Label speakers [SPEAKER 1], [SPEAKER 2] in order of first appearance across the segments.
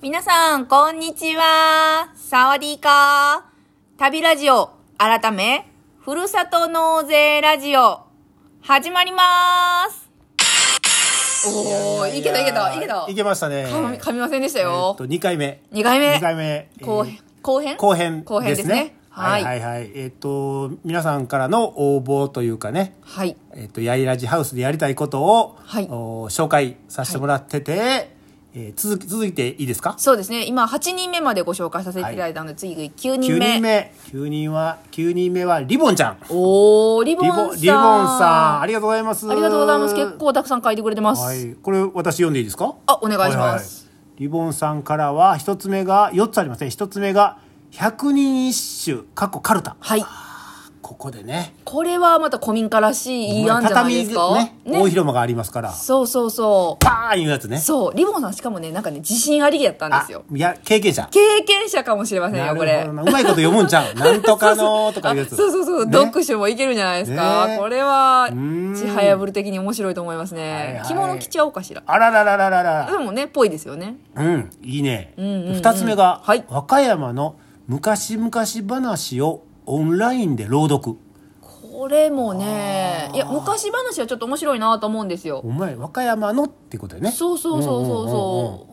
[SPEAKER 1] 皆さん、こんにちは。サワディーカー。旅ラジオ、改め、ふるさと納税ラジオ、始まります。おー、いけたいけたいけた。
[SPEAKER 2] いけましたね。
[SPEAKER 1] かみ噛みませんでした
[SPEAKER 2] え
[SPEAKER 1] よ
[SPEAKER 2] っ。と、2回目。
[SPEAKER 1] 2回目
[SPEAKER 2] 2回目。えー
[SPEAKER 1] 後編後編
[SPEAKER 2] 後編
[SPEAKER 1] 後編で
[SPEAKER 2] で
[SPEAKER 1] すす
[SPEAKER 2] ね
[SPEAKER 1] ね。。
[SPEAKER 2] はいはいはい。えっと、皆さんからの応募というかね、
[SPEAKER 1] はい。
[SPEAKER 2] えっと、やいらじハウスでやりたいことを、
[SPEAKER 1] はい
[SPEAKER 2] お紹介させてもらってて、えー続き、続いていいですか
[SPEAKER 1] そうですね。今、8人目までご紹介させていただいたので、次9
[SPEAKER 2] ?9
[SPEAKER 1] 人目。
[SPEAKER 2] 人目。9人は、9人目はリボンちゃん。
[SPEAKER 1] おー、リボン
[SPEAKER 2] リ
[SPEAKER 1] さ
[SPEAKER 2] ボ
[SPEAKER 1] ん。
[SPEAKER 2] ン、リボンさん、ありがとうございます。
[SPEAKER 1] ありがとうございます。結構たくさん書いてくれてます。
[SPEAKER 2] はい、これ私読んでいいですか
[SPEAKER 1] あお願いします
[SPEAKER 2] はいはいリボンさんからは一つ目が4つありますね一つ目が百人一首かっこかるた
[SPEAKER 1] はい
[SPEAKER 2] ここでね
[SPEAKER 1] これはまた古民家らしいいい案じゃないですか。
[SPEAKER 2] 畳ね大広間がありますから
[SPEAKER 1] そうそうそ
[SPEAKER 2] パーンいうやつね
[SPEAKER 1] う。そう、リボンさんしかもね、なんかね、自信ありげやったんですよ。
[SPEAKER 2] あいや経験者
[SPEAKER 1] 経験者かもしれません
[SPEAKER 2] な
[SPEAKER 1] よ、
[SPEAKER 2] る
[SPEAKER 1] こ
[SPEAKER 2] ほ
[SPEAKER 1] れ
[SPEAKER 2] ど。なうまいこと読むんちゃ うなんとかのとかいうやつ
[SPEAKER 1] そうそうそう、
[SPEAKER 2] ね
[SPEAKER 1] 読書もいけるんじゃないですか。
[SPEAKER 2] ね
[SPEAKER 1] これは、
[SPEAKER 2] ん
[SPEAKER 1] ちはやぶる的に面白いと思います
[SPEAKER 2] はい
[SPEAKER 1] ね。
[SPEAKER 2] はい
[SPEAKER 1] 着物着ちゃおうかしら。
[SPEAKER 2] あらららららら
[SPEAKER 1] でもね、ぽいですよね。
[SPEAKER 2] うん、いいね。二、
[SPEAKER 1] んうんうん
[SPEAKER 2] つ目が、
[SPEAKER 1] はい
[SPEAKER 2] 和歌山の昔々話をオンラインで朗読。
[SPEAKER 1] これもね、いや、昔話はちょっと面白いなと思うんですよ
[SPEAKER 2] お。前、和歌山のってことだよね。
[SPEAKER 1] そうそうそうそう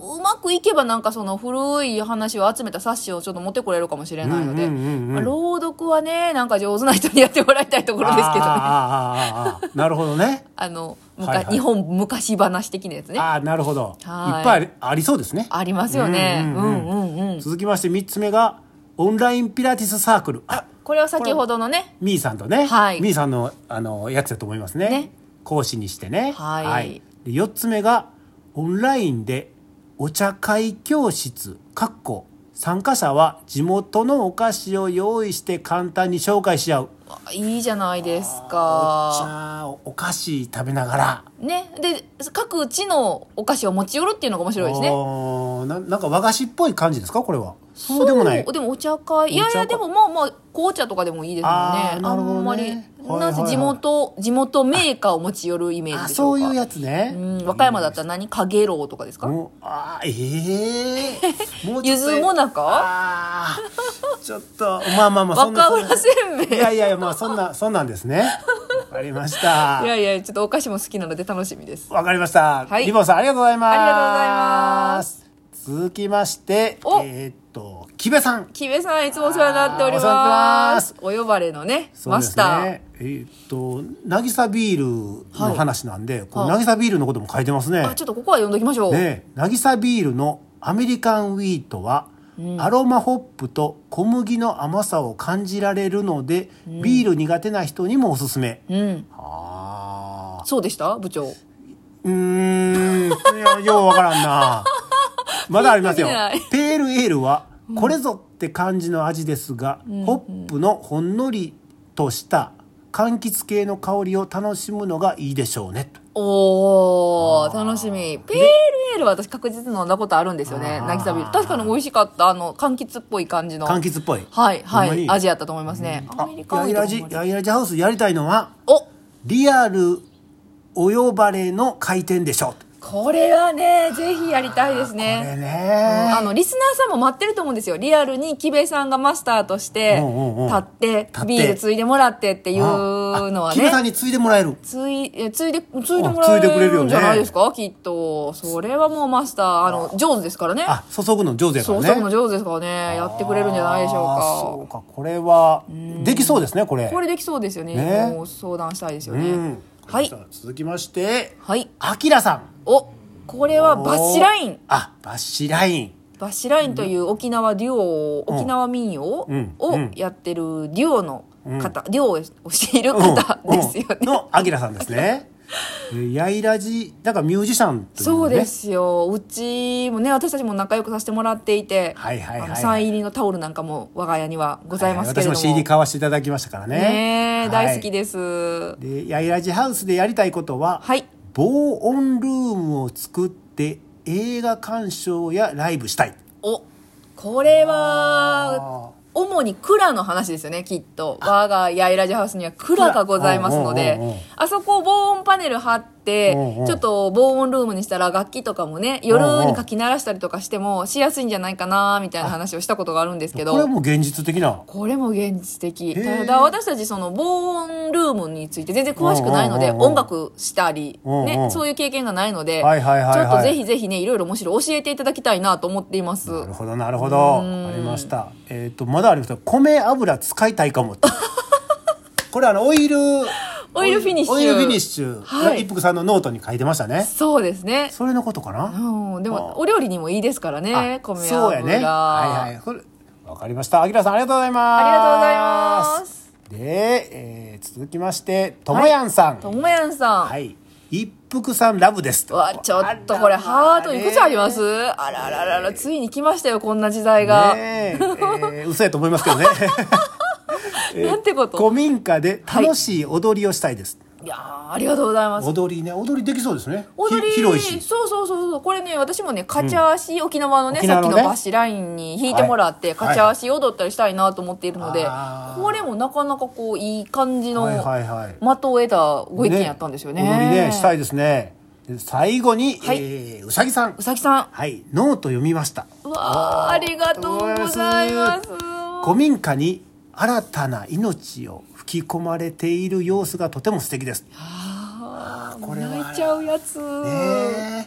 [SPEAKER 1] そう,、うまくいけばなんかその古い話を集めた冊子をちょっと持ってこれるかもしれないので、
[SPEAKER 2] うんうんうんうん
[SPEAKER 1] まあ朗読はねなんか上手な人にやってもらいたいところですけどねあ
[SPEAKER 2] あーあーあーあーなるほどね。
[SPEAKER 1] の、むか
[SPEAKER 2] はいはい
[SPEAKER 1] 日本昔話的なやつねあ
[SPEAKER 2] ああ、なるほど。いっ
[SPEAKER 1] はい
[SPEAKER 2] ぱいありありそうですね。
[SPEAKER 1] りますよねう
[SPEAKER 2] うんん
[SPEAKER 1] う
[SPEAKER 2] うんん
[SPEAKER 1] うん、
[SPEAKER 2] 続きまして三つ目が、オンラインピラティスサークル。あ、
[SPEAKER 1] これは先ほどのね
[SPEAKER 2] みーさんとね、
[SPEAKER 1] はい
[SPEAKER 2] みーさんの、あの、やつだと思いますね。
[SPEAKER 1] ね
[SPEAKER 2] 講師にしてね。
[SPEAKER 1] はい
[SPEAKER 2] で四つ目が、オンラインでお茶会教室、かっこ、参加者は地元のお菓子を用意して簡単に紹介し合う。
[SPEAKER 1] あいいじゃないです
[SPEAKER 2] お
[SPEAKER 1] か
[SPEAKER 2] 茶、お菓子食べながら。
[SPEAKER 1] ねで各地のお菓子を持ち寄るっていうのが面白いですね
[SPEAKER 2] おーななんか和菓子っぽい感じですかこれはそうでもない
[SPEAKER 1] そうでもお茶会いやい
[SPEAKER 2] お茶
[SPEAKER 1] や
[SPEAKER 2] 会
[SPEAKER 1] でもまあまあ紅茶とかでもいいですもんね
[SPEAKER 2] あ
[SPEAKER 1] あ
[SPEAKER 2] ーなるほどね
[SPEAKER 1] んまり
[SPEAKER 2] はい
[SPEAKER 1] なんせ地元地元メーカーを持ち寄るイメージで
[SPEAKER 2] あ
[SPEAKER 1] しょ
[SPEAKER 2] そう
[SPEAKER 1] うか
[SPEAKER 2] いうやつね
[SPEAKER 1] うん、和歌山だったら何かげろうとかですか
[SPEAKER 2] もうあーえ えもうち
[SPEAKER 1] ゆ
[SPEAKER 2] ょっと
[SPEAKER 1] ずもなか
[SPEAKER 2] あーちょっとまあまあまあ
[SPEAKER 1] 若浦せんべい
[SPEAKER 2] いやいやいやまあそんなそんなんですねわかりまし
[SPEAKER 1] いや
[SPEAKER 2] た
[SPEAKER 1] いやちょっとお菓子も好きなので楽しみです
[SPEAKER 2] わかりました、
[SPEAKER 1] はい
[SPEAKER 2] リボンさんありがとうございます
[SPEAKER 1] ありがとうございます
[SPEAKER 2] 続きまして
[SPEAKER 1] お
[SPEAKER 2] えーっと木部さん
[SPEAKER 1] 木部さんいつもお世話になっており
[SPEAKER 2] あーお世話になって
[SPEAKER 1] ま
[SPEAKER 2] ますす
[SPEAKER 1] お呼ばれのね
[SPEAKER 2] そう
[SPEAKER 1] マ
[SPEAKER 2] で
[SPEAKER 1] ス
[SPEAKER 2] す
[SPEAKER 1] ター
[SPEAKER 2] ね、えーっと渚ビールの話なんで、これ
[SPEAKER 1] はい
[SPEAKER 2] 渚ビールのことも書いてますね
[SPEAKER 1] あちょっとここは呼んどきましょう、
[SPEAKER 2] ねえ渚ビールのアメリカンウィートは、アロマホップと小麦の甘さを感じられるので、ビール苦手な人にもおすすめ、
[SPEAKER 1] うん
[SPEAKER 2] ああ
[SPEAKER 1] そうでした部長
[SPEAKER 2] うーんいやようわから んなまだありますよ
[SPEAKER 1] 見てない
[SPEAKER 2] ペールエールはこれぞって感じの味ですが、ホップのほんのりとした柑橘系の香りを楽しむのがいいでしょうねと
[SPEAKER 1] おー楽しみペールエールは私確実に飲んだことあるんですよね
[SPEAKER 2] あー
[SPEAKER 1] 渚ビール確かに美味しかったあの柑橘っぽい感じの
[SPEAKER 2] 柑橘っぽい
[SPEAKER 1] はい
[SPEAKER 2] ほんま
[SPEAKER 1] はい
[SPEAKER 2] に
[SPEAKER 1] 味やったと思いますねア
[SPEAKER 2] あ
[SPEAKER 1] メリカ
[SPEAKER 2] ヤ
[SPEAKER 1] ン
[SPEAKER 2] イ
[SPEAKER 1] と
[SPEAKER 2] ラ
[SPEAKER 1] か
[SPEAKER 2] ジ
[SPEAKER 1] も
[SPEAKER 2] ヤイラジハウスやりたいのは
[SPEAKER 1] お
[SPEAKER 2] リアルお呼ばれの回転でしょ
[SPEAKER 1] これはねぜひやりたいです
[SPEAKER 2] これ
[SPEAKER 1] ねうん
[SPEAKER 2] ね
[SPEAKER 1] あのリスナーさんも待ってると思うんですよリアルに木部さんがマスターとして
[SPEAKER 2] うんうんうん
[SPEAKER 1] 立って
[SPEAKER 2] 立って
[SPEAKER 1] ビールついでもらってっていう
[SPEAKER 2] あ
[SPEAKER 1] のは
[SPEAKER 2] キムさん
[SPEAKER 1] ね
[SPEAKER 2] に継いでもらえる
[SPEAKER 1] ついえついでついでもらえ
[SPEAKER 2] あついでくれるよ
[SPEAKER 1] る
[SPEAKER 2] ね
[SPEAKER 1] んじゃないですかきっとそれはもうマスターあの上手ですからね
[SPEAKER 2] あ注ぐの上手やから
[SPEAKER 1] 創
[SPEAKER 2] ね
[SPEAKER 1] 作の上手ですからねやってくれるんじゃないでしょう
[SPEAKER 2] あ
[SPEAKER 1] か
[SPEAKER 2] ーそうかこれはできそうですねこれ
[SPEAKER 1] これできそうですよね
[SPEAKER 2] ね
[SPEAKER 1] もう相談したいですよ
[SPEAKER 2] う
[SPEAKER 1] ね、
[SPEAKER 2] ん
[SPEAKER 1] はい
[SPEAKER 2] さあ続きまして
[SPEAKER 1] はい
[SPEAKER 2] あきらさん
[SPEAKER 1] おこれはバッシュライン
[SPEAKER 2] あバッシュライン
[SPEAKER 1] バッシュラインという沖縄デュオを
[SPEAKER 2] うん
[SPEAKER 1] 沖縄民謡を
[SPEAKER 2] うん
[SPEAKER 1] をやってるデュオの方、デュオをしている方
[SPEAKER 2] うん
[SPEAKER 1] ですよね、
[SPEAKER 2] うんのあきらさんで すねえーヤイラジだからミュージシャンというね
[SPEAKER 1] そうですようちもね私たちも仲良くさせてもらっていて、
[SPEAKER 2] はいはいはいはい
[SPEAKER 1] あのサイン入りのタオルなんかも我が家にはございますけれども、
[SPEAKER 2] はい私も CD 買わせていただきましたからね
[SPEAKER 1] ねえ
[SPEAKER 2] はい
[SPEAKER 1] 大好きですは
[SPEAKER 2] でやいらじハウスでやりたいことは、
[SPEAKER 1] い
[SPEAKER 2] 防音ルームを作って映画鑑賞やライブしたい
[SPEAKER 1] おこれは主に蔵の話ですよねきっと我が八重ラジハウスには蔵がございますので
[SPEAKER 2] うんうんうんうん
[SPEAKER 1] あそこを防音パネル貼っって、
[SPEAKER 2] うんうん
[SPEAKER 1] ちょっと防音ルームにしたら楽器とかもね、夜にかき鳴らしたりとかしてもしやすいんじゃないかな、みたいな話をしたことがあるんですけど。
[SPEAKER 2] これはもう現実的な。
[SPEAKER 1] これも現実的。
[SPEAKER 2] へ
[SPEAKER 1] た
[SPEAKER 2] ー
[SPEAKER 1] だ私たちその防音ルームについて全然詳しくないので、
[SPEAKER 2] うんうんうんうん
[SPEAKER 1] 音楽したり、
[SPEAKER 2] うん
[SPEAKER 1] ね
[SPEAKER 2] う、ん
[SPEAKER 1] そういう経験がないので、ちょ
[SPEAKER 2] はいはいはいはい
[SPEAKER 1] っとぜひぜひね、いろいろむしろ教えていただきたいなと思っています。
[SPEAKER 2] なるほどなるほど。ありました。えっ、とまだありました。米油使いたいか もって。これあのオイル
[SPEAKER 1] オイルフィニッシュ
[SPEAKER 2] オイルフィニッシュ。
[SPEAKER 1] はい
[SPEAKER 2] 一服さんのノートに書いてましたね。
[SPEAKER 1] そうですね。
[SPEAKER 2] それのことかな。
[SPEAKER 1] うん、で
[SPEAKER 2] あ
[SPEAKER 1] も、お料理にもいいですからね
[SPEAKER 2] あ、
[SPEAKER 1] 米油。
[SPEAKER 2] そうやね。はいはい。これ、わかりました。あきらさん、ありがとうございます。
[SPEAKER 1] ありがとうございます。
[SPEAKER 2] で、えー続きまして、ともやんさん。
[SPEAKER 1] と
[SPEAKER 2] はい。
[SPEAKER 1] もやんさん。
[SPEAKER 2] 一服さんラブです。
[SPEAKER 1] うわ、ちょっとこれ、
[SPEAKER 2] あらまあ
[SPEAKER 1] ハートいくつありますあらららら、ついに来ましたよ、こんな時代が。
[SPEAKER 2] ねえ、えー嘘やと思います けどね。
[SPEAKER 1] なんてこと。
[SPEAKER 2] 古民家で楽しい踊りをしたいです。
[SPEAKER 1] いやーありがとうございます。
[SPEAKER 2] 踊りね、踊りできそうですね。
[SPEAKER 1] 踊り
[SPEAKER 2] ひ広いし。
[SPEAKER 1] そうそうそうそうこれね私もねカチャーシ、沖縄のね
[SPEAKER 2] 沖
[SPEAKER 1] さっ
[SPEAKER 2] 縄
[SPEAKER 1] き
[SPEAKER 2] のね
[SPEAKER 1] のバシラインに弾いてもらって、
[SPEAKER 2] はい
[SPEAKER 1] カチャーシ踊ったりしたいなと思っているので、
[SPEAKER 2] あー
[SPEAKER 1] これもなかなかこういい感じの
[SPEAKER 2] はい
[SPEAKER 1] 的
[SPEAKER 2] はい
[SPEAKER 1] を
[SPEAKER 2] はい。
[SPEAKER 1] 得たご意見やったんですよね
[SPEAKER 2] 踊りね、したいですね。で最後に、
[SPEAKER 1] はい
[SPEAKER 2] えーうさぎさん
[SPEAKER 1] う。さぎさん
[SPEAKER 2] はい、ノート読みました。
[SPEAKER 1] うわあありがとうございます
[SPEAKER 2] 古民家に新たな命を吹き込まれている様子がとても素敵です。
[SPEAKER 1] あー
[SPEAKER 2] これは
[SPEAKER 1] 泣いちゃうやつ、
[SPEAKER 2] ねえ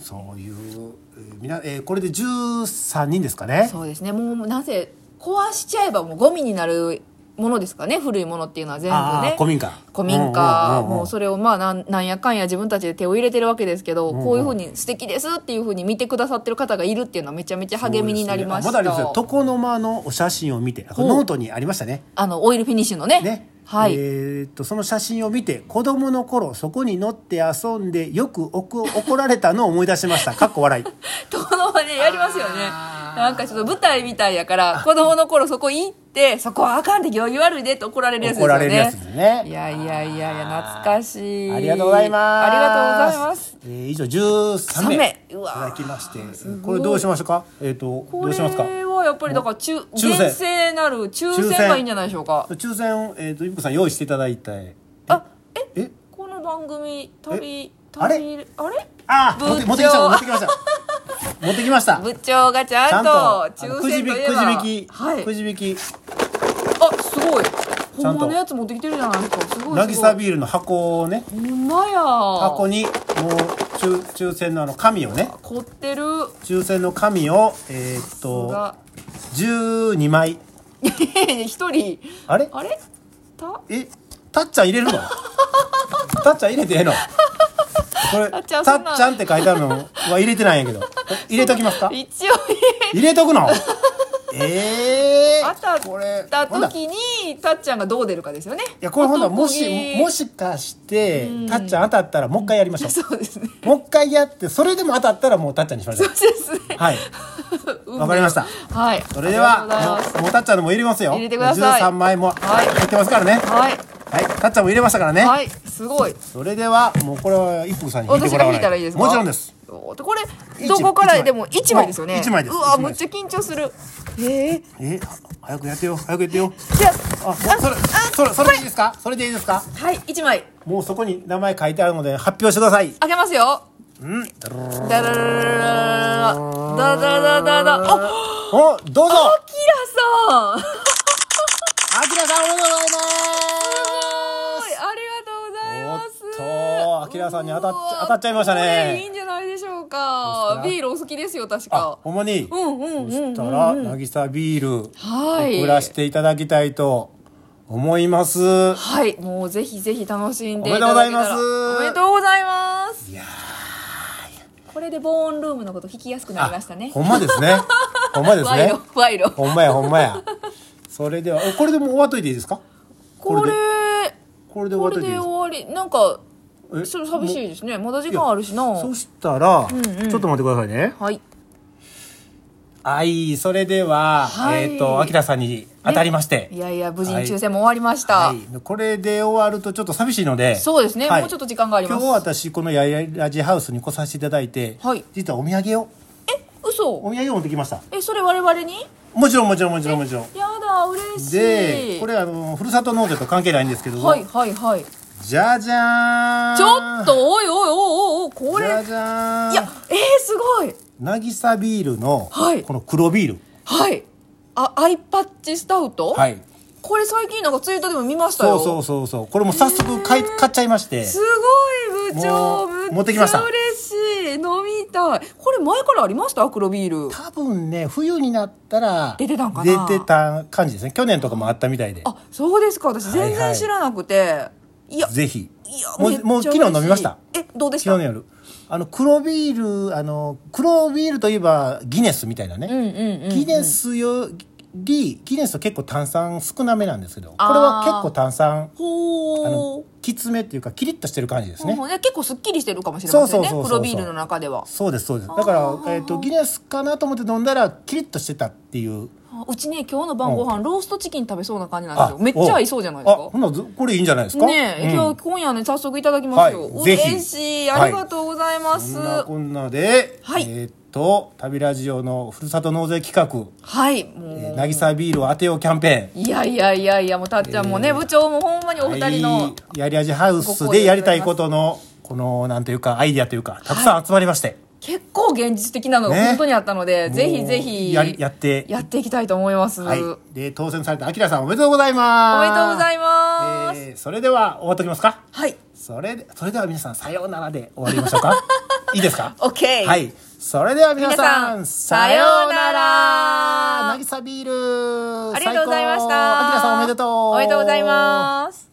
[SPEAKER 2] そういう、えーみな、えーこれで13人ですかね。
[SPEAKER 1] そうですねもうなぜ壊しちゃえばもうゴミになるものですかね古いものっていうのは全部
[SPEAKER 2] ああ
[SPEAKER 1] ね
[SPEAKER 2] ー、古民家。
[SPEAKER 1] 古民家、
[SPEAKER 2] んんんん
[SPEAKER 1] もうそれをまあなんなんやかんや自分たちで手を入れてるわけですけど、こういうふうに素敵ですっていうふうに見てくださってる方がいるっていうのはめちゃめちゃ励みになりました、
[SPEAKER 2] そうですねあまだありますよ床の間のお写真を見て、あこれ
[SPEAKER 1] ほう
[SPEAKER 2] ノートにありましたね。
[SPEAKER 1] あのオイルフィニッシュのね
[SPEAKER 2] ね。
[SPEAKER 1] はい、
[SPEAKER 2] えーっと、その写真を見て、子供の頃、そこに乗って遊んで、よくおく怒られたのを思い出しました。かっこ笑 い。
[SPEAKER 1] この場でやりますよね
[SPEAKER 2] あー
[SPEAKER 1] なんかちょっと舞台みたいやから子供の頃そこ行ってそこはあかんで行儀悪いでって怒られるやつです
[SPEAKER 2] 怒
[SPEAKER 1] よね
[SPEAKER 2] られるやつですね。
[SPEAKER 1] いやいやいやいや懐かしい
[SPEAKER 2] ありがとうございます。
[SPEAKER 1] ありがとうございます。
[SPEAKER 2] えー、以上十三名
[SPEAKER 1] 三名
[SPEAKER 2] いう
[SPEAKER 1] わ
[SPEAKER 2] ただきまして、
[SPEAKER 1] ごい
[SPEAKER 2] これどうしましょうか。えっ、とど
[SPEAKER 1] こ
[SPEAKER 2] うしますか。
[SPEAKER 1] れはやっぱりだから中
[SPEAKER 2] 選
[SPEAKER 1] 厳正なる抽選がいいんじゃないでしょうか
[SPEAKER 2] 抽選をえっ、とゆみこさん用意していただいて、
[SPEAKER 1] あえ
[SPEAKER 2] え、
[SPEAKER 1] この番組旅
[SPEAKER 2] あれ
[SPEAKER 1] 旅あれ
[SPEAKER 2] あー、
[SPEAKER 1] 部長
[SPEAKER 2] 持って持ってきました持ってきました。持っ
[SPEAKER 1] 部
[SPEAKER 2] てきました。
[SPEAKER 1] 長がちゃんと
[SPEAKER 2] あの
[SPEAKER 1] 抽
[SPEAKER 2] くじ
[SPEAKER 1] 選
[SPEAKER 2] 引
[SPEAKER 1] と
[SPEAKER 2] き
[SPEAKER 1] いえ
[SPEAKER 2] く
[SPEAKER 1] ば
[SPEAKER 2] じ引き、
[SPEAKER 1] はい
[SPEAKER 2] くじ引き、
[SPEAKER 1] あすごいほ
[SPEAKER 2] ゃん
[SPEAKER 1] んま
[SPEAKER 2] と
[SPEAKER 1] のやつ持ってきてるじゃないですかすご
[SPEAKER 2] 渚
[SPEAKER 1] いすごい
[SPEAKER 2] ビールの箱をね、
[SPEAKER 1] ほんまや
[SPEAKER 2] 箱にもう抽抽選のあの紙をね、
[SPEAKER 1] 凝ってる
[SPEAKER 2] 抽選の紙をえっ、と
[SPEAKER 1] が
[SPEAKER 2] 十二枚。
[SPEAKER 1] いや いや一人
[SPEAKER 2] あれ？
[SPEAKER 1] あれた
[SPEAKER 2] え、たっちゃん入れ るのたっちゃん入れてええのこれ、
[SPEAKER 1] た
[SPEAKER 2] た
[SPEAKER 1] っちゃんそんな
[SPEAKER 2] っちゃんって書いてあるのは入れてないんやけど。入れときますか
[SPEAKER 1] 一 応
[SPEAKER 2] 入れと くのええー。
[SPEAKER 1] 当た
[SPEAKER 2] これ
[SPEAKER 1] った
[SPEAKER 2] ほんだい
[SPEAKER 1] 時にたっちゃんがどう出るかですよね
[SPEAKER 2] や、これほんならも
[SPEAKER 1] 男気
[SPEAKER 2] し、もしかして、たっちゃん当たったらもう一回やりましょ
[SPEAKER 1] そうですね
[SPEAKER 2] う。もう一回やって、それでも当たったらもうたっちゃんにしましょ
[SPEAKER 1] そう
[SPEAKER 2] う。
[SPEAKER 1] ですね
[SPEAKER 2] はい。わかりました
[SPEAKER 1] はい
[SPEAKER 2] それで
[SPEAKER 1] あ
[SPEAKER 2] は
[SPEAKER 1] りがとうございます、
[SPEAKER 2] もうもうたっちゃんのも入れますよ。
[SPEAKER 1] 入れてください
[SPEAKER 2] 13枚も
[SPEAKER 1] はい
[SPEAKER 2] 入ってますからね。
[SPEAKER 1] はい
[SPEAKER 2] はい。たっちゃんも入れましたからね。
[SPEAKER 1] はい、すごい。
[SPEAKER 2] それでは、もうこれは一服さんに引いて
[SPEAKER 1] 私
[SPEAKER 2] もら
[SPEAKER 1] が引
[SPEAKER 2] わない
[SPEAKER 1] いたらいいですか
[SPEAKER 2] もちろんです。。
[SPEAKER 1] おーこれ、
[SPEAKER 2] 一
[SPEAKER 1] どこからでも
[SPEAKER 2] 一
[SPEAKER 1] 1枚
[SPEAKER 2] 枚
[SPEAKER 1] ですよね。
[SPEAKER 2] 一枚です
[SPEAKER 1] うわ、
[SPEAKER 2] 一
[SPEAKER 1] む
[SPEAKER 2] 枚
[SPEAKER 1] っ
[SPEAKER 2] です
[SPEAKER 1] ちゃ緊張する。ええ
[SPEAKER 2] え早くやってよ早くやってよ
[SPEAKER 1] じゃ
[SPEAKER 2] あも
[SPEAKER 1] あ、
[SPEAKER 2] うそれそれそれでいいですかそれでいいですか
[SPEAKER 1] はい、1枚。
[SPEAKER 2] もうそこに名前書いてあるので発表してください
[SPEAKER 1] 開けますよ。
[SPEAKER 2] うんだろー
[SPEAKER 1] だらららららららだだだだだ。あ、
[SPEAKER 2] おど
[SPEAKER 1] ア
[SPEAKER 2] うぞ
[SPEAKER 1] キラさん。
[SPEAKER 2] あきらさんおめでとうござい
[SPEAKER 1] はい、ありがとうございます。
[SPEAKER 2] おっとアキラさんに当たっち
[SPEAKER 1] うわ
[SPEAKER 2] 当たっちゃいましたね
[SPEAKER 1] これいいんじゃないでしょうか
[SPEAKER 2] ど。うですか
[SPEAKER 1] ビールお好きですよ、確
[SPEAKER 2] ますあ
[SPEAKER 1] か。
[SPEAKER 2] ほんまに
[SPEAKER 1] うんうんうん
[SPEAKER 2] そしたら渚ビール
[SPEAKER 1] はい
[SPEAKER 2] 送らせていただきたいと思いますい
[SPEAKER 1] はい、もうぜひぜひ楽しんでいただけたら。
[SPEAKER 2] お
[SPEAKER 1] おめ
[SPEAKER 2] め
[SPEAKER 1] で
[SPEAKER 2] でと
[SPEAKER 1] とうございます。
[SPEAKER 2] や
[SPEAKER 1] これで防音ルームのこと聞きやすくなりましたね。
[SPEAKER 2] ほんまですねほんまです
[SPEAKER 1] 賄
[SPEAKER 2] ね
[SPEAKER 1] 賂、賄賂。
[SPEAKER 2] ほんまやほんまやそれではおこれでもう終わっといていいですか
[SPEAKER 1] これ
[SPEAKER 2] で、これで終わ
[SPEAKER 1] こ
[SPEAKER 2] っと
[SPEAKER 1] れ
[SPEAKER 2] い
[SPEAKER 1] で
[SPEAKER 2] ていいですか
[SPEAKER 1] 終わり。なんか、
[SPEAKER 2] え
[SPEAKER 1] ちょっと寂しいですね。まだ時
[SPEAKER 2] いや
[SPEAKER 1] 間あるしな。
[SPEAKER 2] そ
[SPEAKER 1] は
[SPEAKER 2] したら、ちょっと待ってくださいね。
[SPEAKER 1] い。
[SPEAKER 2] はい、それでは、
[SPEAKER 1] はい
[SPEAKER 2] えっ、と、あきらさんに当たりまして。
[SPEAKER 1] いやいや、無事に抽選も終わりました。
[SPEAKER 2] はい、これで終わるとちょっと寂しいので。
[SPEAKER 1] そうですね
[SPEAKER 2] はい
[SPEAKER 1] もうちょっと時間があります
[SPEAKER 2] 今日私、このややラジハウスに来させていただいて、
[SPEAKER 1] はい
[SPEAKER 2] 実はお土産を、
[SPEAKER 1] え、嘘
[SPEAKER 2] お土産を持ってきました。
[SPEAKER 1] え、それ我々に
[SPEAKER 2] もちろん、もちろん、もちろん、もちろん。
[SPEAKER 1] やだ、嬉しい。
[SPEAKER 2] で、これ、あの、ふるさと納税と関係ないんですけども、
[SPEAKER 1] はいはいはい。
[SPEAKER 2] じゃじゃーん
[SPEAKER 1] ちょっと、おいおいおいおいおい、こ
[SPEAKER 2] じ
[SPEAKER 1] れ。
[SPEAKER 2] ゃじゃーん
[SPEAKER 1] いや、えー、すごい。
[SPEAKER 2] 渚ビールの、
[SPEAKER 1] はい
[SPEAKER 2] この黒ビール
[SPEAKER 1] はい。あ、アイパッチスタウト
[SPEAKER 2] はい
[SPEAKER 1] これ最近なんかツイートでも見ました
[SPEAKER 2] そ
[SPEAKER 1] よ。
[SPEAKER 2] うそうそうそうこれも早速買い買っちゃいまして
[SPEAKER 1] すごい部長
[SPEAKER 2] もう
[SPEAKER 1] むっちゃ
[SPEAKER 2] 持ってきました
[SPEAKER 1] 嬉しい飲みたいこれ前からありました黒ビール
[SPEAKER 2] 多分ね冬になったら
[SPEAKER 1] 出てたんかな
[SPEAKER 2] 出てた感じですね去年とかもあったみたいで
[SPEAKER 1] あそうですか私全
[SPEAKER 2] はいは
[SPEAKER 1] 然
[SPEAKER 2] い
[SPEAKER 1] 知らなくて、いや
[SPEAKER 2] ぜひ
[SPEAKER 1] いや
[SPEAKER 2] も
[SPEAKER 1] めっ
[SPEAKER 2] う
[SPEAKER 1] ちゃ
[SPEAKER 2] もう昨日飲みました
[SPEAKER 1] 嬉しいえどうでした
[SPEAKER 2] 昨日の夜あの黒ビールあの黒ビールといえばギネスみたいなね、
[SPEAKER 1] うんうんうん
[SPEAKER 2] ギネスよりギネスと結構炭酸少なめなんですけどこれ
[SPEAKER 1] あー
[SPEAKER 2] は結構炭酸あ
[SPEAKER 1] ほ
[SPEAKER 2] の
[SPEAKER 1] う
[SPEAKER 2] きつめっていうかキリッとしてる感じです
[SPEAKER 1] ほう
[SPEAKER 2] ね
[SPEAKER 1] ほうね結構すっきりしてるかもしれませんね
[SPEAKER 2] そうそうそうそ
[SPEAKER 1] 黒
[SPEAKER 2] う
[SPEAKER 1] ビールの中では
[SPEAKER 2] そうですそうですだから、えー、とギネスかなと思って飲んだらキリッとしてたっていう
[SPEAKER 1] あうちね今日の晩ご飯ローストチキン食べそうな感じなんです
[SPEAKER 2] あ
[SPEAKER 1] よめっちゃ合いそうじゃないです
[SPEAKER 2] お
[SPEAKER 1] か
[SPEAKER 2] あほなずこれいいんじゃないですか
[SPEAKER 1] ねえ、
[SPEAKER 2] うん
[SPEAKER 1] 今日今夜ね早速いただきますよ、
[SPEAKER 2] はいぜひ
[SPEAKER 1] 嬉しいありがとうございます、
[SPEAKER 2] そんなこんなで、
[SPEAKER 1] はい
[SPEAKER 2] えーっと旅ラジオのふるさと納税企画
[SPEAKER 1] はい、
[SPEAKER 2] 「
[SPEAKER 1] もう
[SPEAKER 2] えー、渚ビールを当てよう」キャンペーン
[SPEAKER 1] いやいやいやいやもうたっちゃんもね、部長もほんまにお二人の、
[SPEAKER 2] はいやり味ハウスでやりたいことのこのなんというかアイディアというかたくさん集まりまして、
[SPEAKER 1] 結構現実的なのが
[SPEAKER 2] ね
[SPEAKER 1] 本当にあったので、ぜひぜひ
[SPEAKER 2] やりやって
[SPEAKER 1] やっていきたいと思います、
[SPEAKER 2] は
[SPEAKER 1] お
[SPEAKER 2] い
[SPEAKER 1] めでとう
[SPEAKER 2] で当選されたあきらさんおめでとうございます
[SPEAKER 1] ございます、
[SPEAKER 2] えーそれでは終わっときますか
[SPEAKER 1] はい
[SPEAKER 2] それでそれでは皆さんさようならで終わりましょ うかいいですか
[SPEAKER 1] OK、
[SPEAKER 2] はいそれでは皆さん
[SPEAKER 1] 皆さんさようなら
[SPEAKER 2] 渚ビール
[SPEAKER 1] ありがとうございました
[SPEAKER 2] あきらさんおめでとう
[SPEAKER 1] おめでとうございます